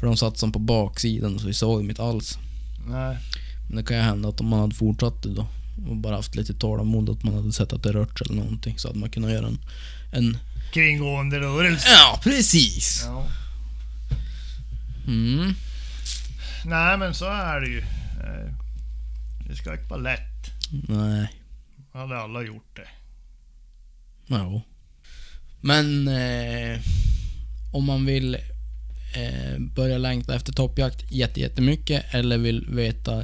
För de satt som på baksidan så vi såg dem inte alls.
Nej.
Men det kan ju hända att om man hade fortsatt det då och bara haft lite tålamod att man hade sett att det rört sig eller någonting så hade man kunnat göra en, en
Kringgående rörelse.
Ja, precis.
Ja.
Mm.
Nej, men så är det ju. Eh, Det ska inte vara lätt.
Nej.
hade alla gjort det.
Ja. Men eh, om man vill eh, börja längta efter toppjakt jätte- jättemycket eller vill veta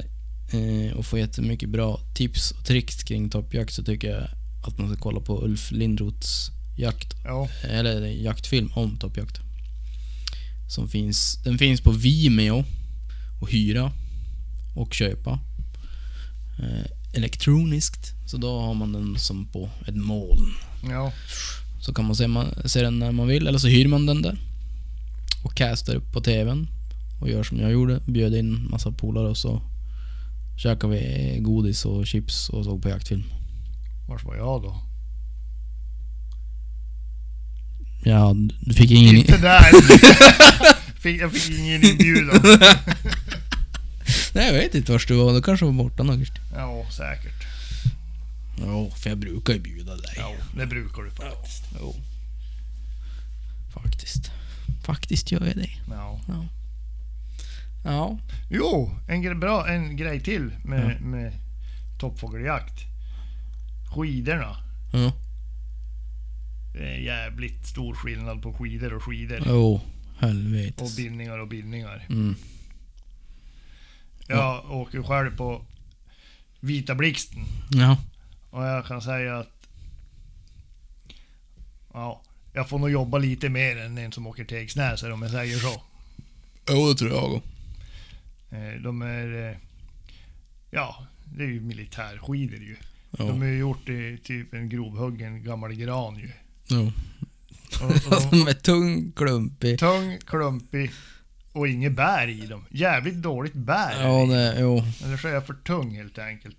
eh, och få jättemycket bra tips och tricks kring toppjakt så tycker jag att man ska kolla på Ulf Lindroths jakt
Ja,
eller en jaktfilm om toppjakt. Som finns, den finns på Vimeo och hyra och köpa. Eh, elektroniskt. Så då har man den som på ett moln.
ja,
Så kan man se, man se den när man vill eller så hyr man den där. Och castar upp på TVn. Och gör som jag gjorde. Bjöd in massa polare och så käkade vi godis och chips och såg på jaktfilm.
vars var jag då?
Ja, du fick ingen...
Inte där! fick, jag fick ingen inbjudan.
Nej, jag vet inte vart du var. Du kanske var borta någonstans.
Ja, säkert.
Ja, för jag brukar ju bjuda dig.
Ja, det brukar du faktiskt.
Jo. Faktiskt. Faktiskt gör jag det.
Ja.
Ja.
Jo, en grej, bra, en grej till med, med toppfågeljakt. Skidorna.
Ja.
Det är jävligt stor skillnad på skidor och skidor.
Jo,
Och
helvetes.
bindningar och bindningar.
Mm.
Jag åker ju själv på Vita Blixten.
Ja.
Och jag kan säga att... Ja, jag får nog jobba lite mer än en som åker Tegsnäser om jag säger så.
Jo, det tror jag också.
Eh, De är... eh, Ja, det är ju militärskidor ju. De
Jo.
är ju gjort i typ en grovhuggen gammal gran ju.
Jo.
Och, och
Alltså
de,
de är tung, klumpig.
tung, klumpig och inget bär i dem. Jävligt dåligt bär.
Ja, det, jo.
Eller så är jag för tung helt enkelt.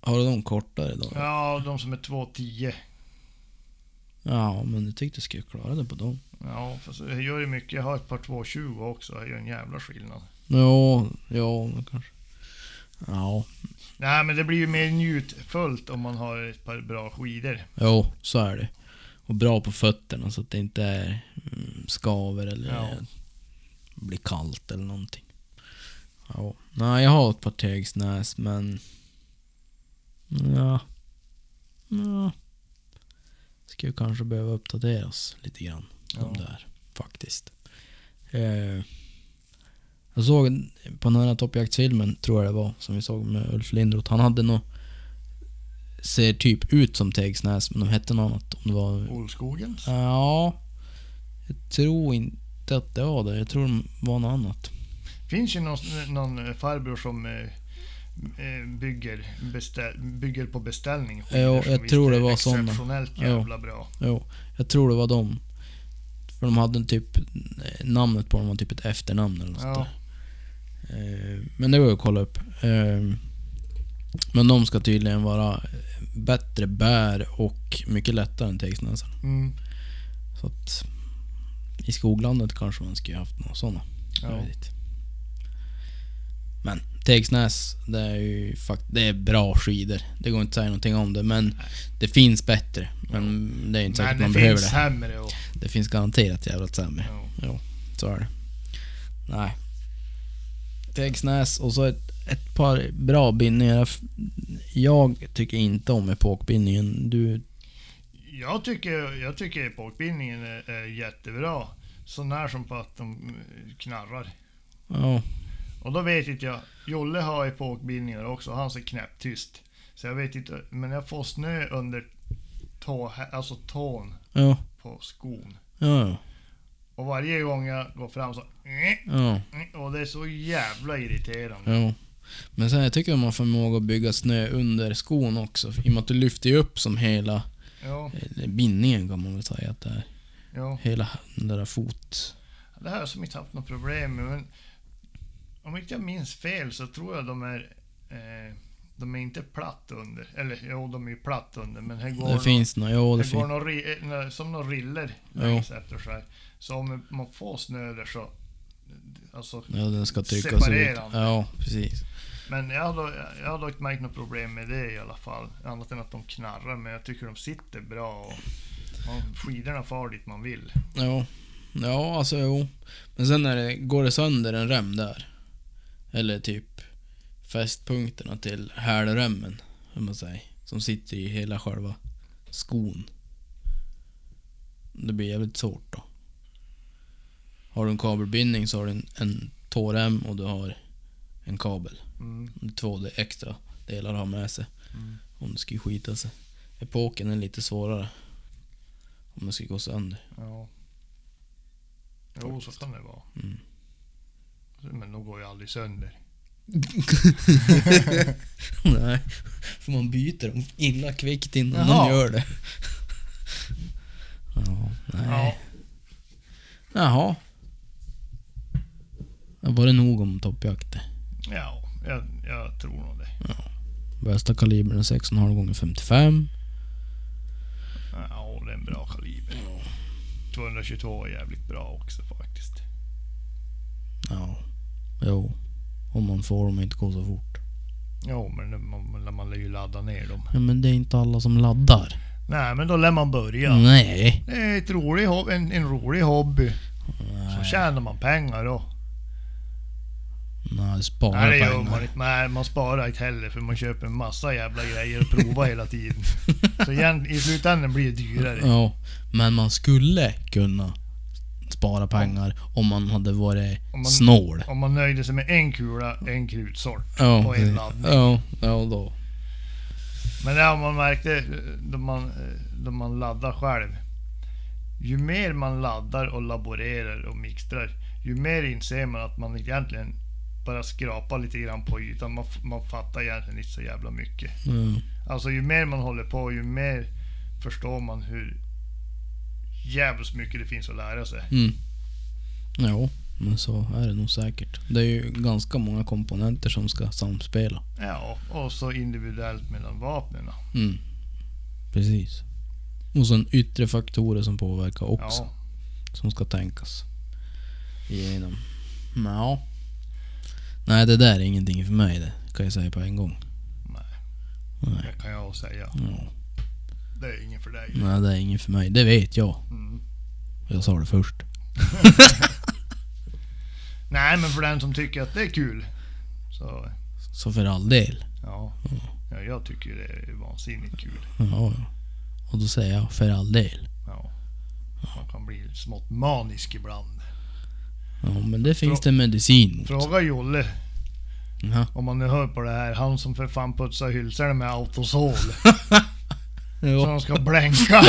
Har du dem kortare då? Ja.
Ja, de som är 2,10.
men du tyckte du skulle klara det på dem.
Ja, fast jag gör ju mycket. Jag har ett par 2,20 också. Jag gör en jävla skillnad.
Jo, ja, det kanske. Ja.
Nej, men det blir ju mer njutfullt om man har ett par bra skidor.
Jo, så är det. Och bra på fötterna så att det inte är mm, skaver eller
Ja.
blir kallt eller någonting. Ja. Nej, jag har ett par Tegsnäs men... Ja. ja. Ska ju kanske behöva uppdateras lite grann. De
Ja.
där, faktiskt. Eh, jag såg på den här toppjaktsfilmen, tror jag det var, som vi såg med Ulf Lindroth. Han hade nog ser typ ut som Tegsnäs men de hette något annat. Om det var...
Oh. Olskogens?
Ja. Jag tror inte att det var det. Jag tror de var något annat.
Finns ju någon, någon farbror som eh, eh, bygger, bestä, bygger på beställning. skidor
Ja,
som
jag
visst
tror
är
det var såna.
Exceptionellt
Ja.
jävla bra.
Jo, jag tror det var dem. För de hade typ... Namnet på dem var typ ett efternamn eller något sånt
Ja.
där. Eh, Men det går ju att kolla upp. Eh, Men de ska tydligen vara bättre bär och mycket lättare än Tegsnäsarna.
Mm,
Så att... I skoglandet kanske man skulle haft några sådana. Jag
ja.
vet inte. Men Tegsnäs, det är ju fakt- det är bra skidor. Det går inte att säga någonting om det, men det finns bättre. Men det är inte säkert
Men
man
det
behöver
finns
det.
sämre och...
Det finns garanterat jävligt sämre.
Ja.
Så är det. Nej. Tegsnäs och så ett, ett par bra bindningar. Jag f- Jag tycker inte om epokbindningen. Du...
Jag tycker, jag tycker epokbindningen är, är jättebra. Så när som på att de eh, knarrar.
Ja.
Och då vet inte jag. Jolle har epokbindningar också. och Han ser knäpptyst. Så jag vet inte. Men jag får snö under tå, alltså tån
Ja.
på skon.
Ja.
Och varje gång jag går fram så...
Ja.
Och det är så jävla irriterande.
Jo. Men sen jag tycker man har förmåga att bygga snö under skon också. I och med att du lyfter ju upp som hela
Ja,
eller bindningen kan man väl säga att det är.
ja.
Hela den där fot...
Det här har jag som inte haft något problem med. Men om inte jag minns fel så tror jag de är... Eh, de är inte platt under. Eller jo, de är ju platt under. Men här går
det finns nå Ja, det
Det går
finns...
någon ri, eh, nå- som några riller
Jo.
längs efter sig. Så om man får snö där så... Alltså,
Ja, den ska tryckas ut.
Separerande.
Ja, precis.
men jag har, då, jag har då inte märkt något problem med det i alla fall. Annat än att de knarrar, men jag tycker de sitter bra och man, skidorna far dit man vill.
Ja. Ja, alltså jo. Men sen när det, går det sönder en rem där. Eller typ fästpunkterna till hälremmen, hur man säger. Som sitter i hela själva skon. Det blir jävligt svårt då. Har du en kabelbindning så har du en, en tårem och du har en kabel.
Mm.
Två de- extra delar att ha med sig.
Mm.
Om det skulle skita sig. Epoken är lite svårare. Om det skulle gå sönder.
Ja. Jo, så kan det vara.
Mm.
Men de går ju aldrig sönder.
Nej, för man byter dem illa kvickt innan
Jaha.
de gör det. ja, nej.
Ja.
Jaha. Ja, Var det nog om toppjakt det?
Ja, jag, jag tror nog det.
Bästa kalibern är 6,5 gånger 55
Ja, det är en bra kaliber. 222 är jävligt bra också faktiskt.
Ja. Jo. Om man får dem inte gå så fort.
Jo, men det- man, man, man lär ju ladda ner dem.
Ja, men det är inte alla som laddar.
Nej, men då lär man börja.
Mm. Nej.
Det är ett rolig, hob- en, en rolig hobby. Så
Nej,
tjänar man pengar då.
Nej spara
Nej, det gör man
pengar.
inte. Nej, man sparar inte heller för man köper en massa jävla grejer och provar hela tiden. Så igen, i slutändan blir det dyrare.
Ja. Men man skulle kunna spara pengar om man hade varit
Om man-
snål.
Om man nöjde sig med en kula, en krutsort
Ja,
och en laddning.
ja, ja då.
Men det har man märkte eh, då man, eh, då man laddar själv. Ju mer man laddar och laborerar och mixtrar, ju mer inser man att man egentligen bara skrapar lite grann på ytan. Man, f- man fattar egentligen inte så jävla mycket.
Ja.
Alltså ju mer man håller på, ju mer förstår man hur jävligt mycket det finns att lära sig.
Mm. Ja, men så är det nog säkert. Det är ju ganska många komponenter som ska samspela.
Ja, och så individuellt mellan vapnen.
Mm. Precis. Och sen yttre faktorer som påverkar också.
Ja,
Som ska tänkas igenom. Men Ja. Nej, det där är ingenting för mig det. Kan jag säga på en gång.
nej,
Nej.
det kan jag säga.
Ja.
Det är ingen för dig.
Nej, det är inget för mig. Det vet jag.
Mm.
Jag sa det först.
Nej, men för den som tycker att det är kul. Så,
Så för all del.
ja. ja jag tycker ju det är vansinnigt kul.
Ja, ja. Och då säger jag för all del.
Ja. Man kan bli smått manisk ibland.
Ja, men det finns det medicin mot.
Fråga Jolle,
Ja.
om man nu hör på det här, han som för fan putsar hylsorna med autosol. Så
Jo.
de ska blänka.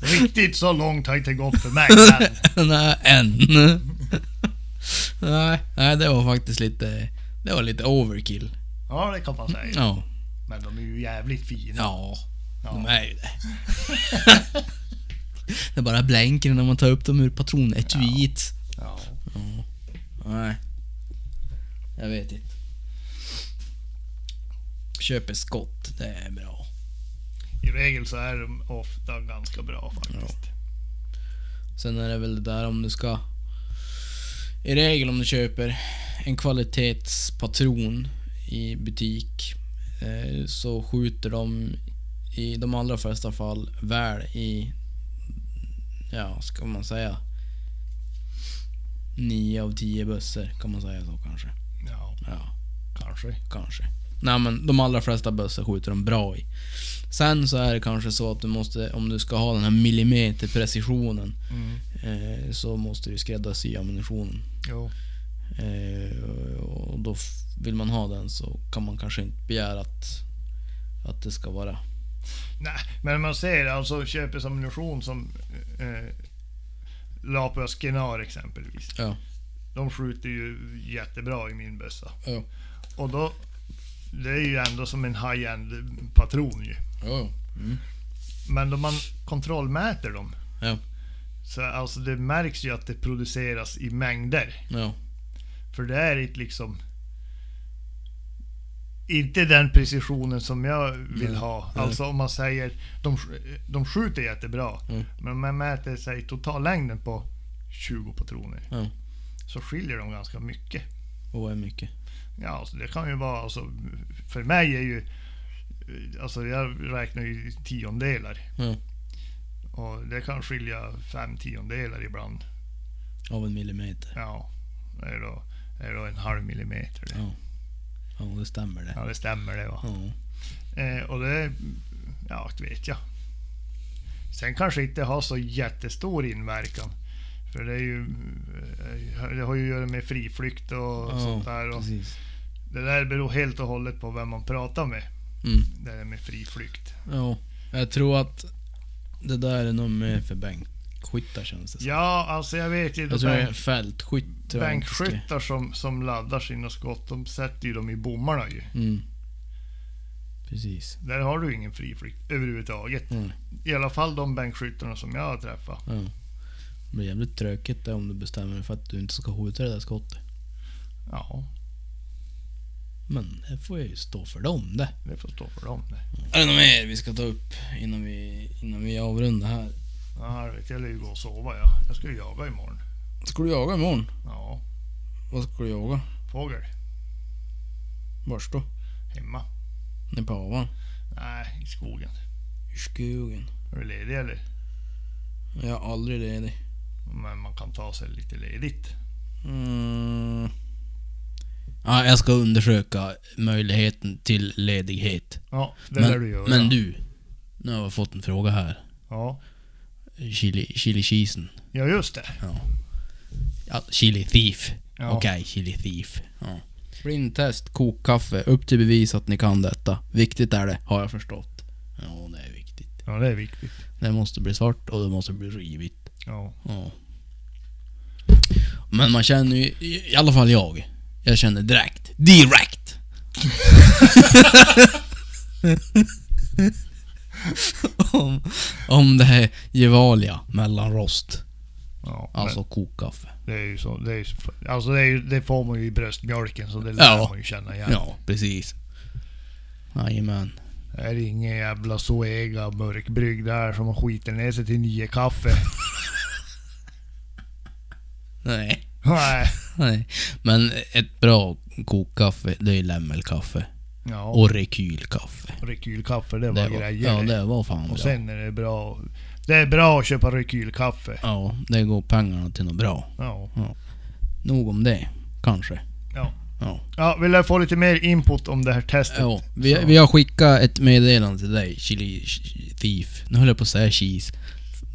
Riktigt så långt har inte gått för mig än.
Nej, än. nej, nej, det var faktiskt lite... Det var lite overkill.
Ja, det kan man säga.
Ja.
Men de är ju jävligt fina.
Ja,
Ja.
de är ju det. det bara blänker när man tar upp dem ur patronetuiet.
Ja.
Nej. Jag vet inte. Köper skott, det är bra.
I regel så är de ofta ganska bra faktiskt.
Sen är det väl det där om du ska... I regel om du köper en kvalitetspatron i butik eh, så skjuter de i de allra flesta fall väl i... Ja, ska man säga? 9 av 10 bössor, kan man säga så kanske?
Ja,
Ja,
kanske.
kanske. Nej men de allra flesta bössor skjuter de bra i. Sen så är det kanske så att du måste, om du ska ha den här millimeterprecisionen
Mm.
eh, så måste du skräddarsy ammunitionen.
Jo.
Eh, och då f- vill man ha den så kan man kanske inte begära att, att det ska vara...
Nej, men man ser alltså köper ammunition som eh, Lapua Skenar exempelvis.
Ja.
De skjuter ju jättebra i min bössa.
Ja.
Och då, det är ju ändå som en high-end patron ju.
Ja. Mm.
Men om man kontrollmäter dem
Ja.
så alltså det märks ju att det produceras i mängder.
Ja.
För det är inte liksom inte den precisionen som jag vill
Nej.
ha.
Nej.
Alltså om man säger de, sk- de skjuter jättebra
Mm.
men om man mäter sig totallängden på 20 patroner
Ja.
så skiljer de ganska mycket.
Och vad är mycket?
Ja, alltså det kan ju vara alltså, för mig är ju alltså jag räknar ju i tiondelar
Ja.
och det kan skilja fem tiondelar ibland.
Av en millimeter.
Ja, det är då, det är då en halv millimeter. Det.
Ja. Ja, det stämmer det.
Ja, det stämmer det va.
Ja.
Eh, och det, ja, det vet jag. Sen kanske inte har så jättestor inverkan. För det, är ju, eh, det har ju att göra med friflykt och sånt där. Och
precis.
det där beror helt och hållet på vem man pratar med.
Mm.
Det där med friflykt.
Ja, jag tror att det där är nog mer för bänkskyttar känns det som.
Ja, alltså jag vet ju.
Jag tror det är
bänk-
fältskytt. tror jag inte ska-
Bänkskyttar som, som laddar sina skott, de sätter ju dem i bommarna ju.
Mm. Precis.
Där har du ingen friflykt överhuvudtaget.
Mm.
I alla fall de bänkskyttarna som jag har träffat.
Ja. Det blir jävligt tråkigt där om du bestämmer dig för att du inte ska skjuta det där skottet.
Ja,
Men det får jag ju stå för dem det.
det får stå för dem det.
Är det något mer vi ska ta upp innan vi, innan vi avrundar här?
Ja, jag vet jag lär ju gå och sova ja. Jag ska ju jaga imorgon.
Ska du jaga imorgon?
Ja,
Vad ska du jaga?
fågel.
Vars då?
Hemma.
Ner på havan?
Nej, i skogen.
I skogen?
Är du ledig eller?
Jag är aldrig ledig.
Men man kan ta sig lite ledigt.
Mm. Ja, jag ska undersöka möjligheten till ledighet.
Ja, det lär
men,
du göra.
men du, nu har jag fått en fråga här.
Ja.
Chili, chili cheesen.
ja, just det.
Ja. ja chili thief.
Ja.
Okej, chili thief. Ja. Blindtest, kokkaffe, upp till bevis att ni kan detta. Viktigt är det, har jag förstått. Ja, det är viktigt.
Ja, det är viktigt.
Det måste bli svart och det måste bli rivigt.
Ja.
Ja. Men man känner ju, i alla fall jag, jag känner direkt, direkt. om, om det här Gevalia mellanrost,
ja men
alltså kokkaffe.
Det är ju så. Det, är, ju så- alltså det, är, ju- det får man ju i bröstmjölken så det lär
Ja.
man ju känna igen.
Ja, precis. Jajamän.
Det är ingen jävla Zoega mörkbrygg där som har skiten ner sig till nio kaffe.
Nej,
Nej.
nej. Men ett bra kokkaffe, det är lämmelkaffe.
Ja,
Och rekylkaffe.
rekylkaffe det var
Det var,
grejer
ja,
det.
det var fan bra.
Och sen är det bra. Det är bra att köpa rekylkaffe.
Ja, det går pengarna till något bra.
Ja.
Nog om det, kanske.
Ja.
Ja.
ja, vill jag få lite mer input om det här testet?
ja vi,
Så.
vi har skickat ett meddelande till dig, Chili ch- Thief. Nu höll jag på att säga cheese.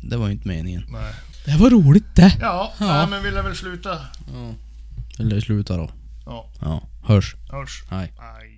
Det var ju inte meningen.
Nej.
Det var roligt det!
Ja,
Ja.
Nej, men vill jag väl sluta?
Eller sluta då.
Ja,
Ja, hörs.
hörs.
Hej.
Aj.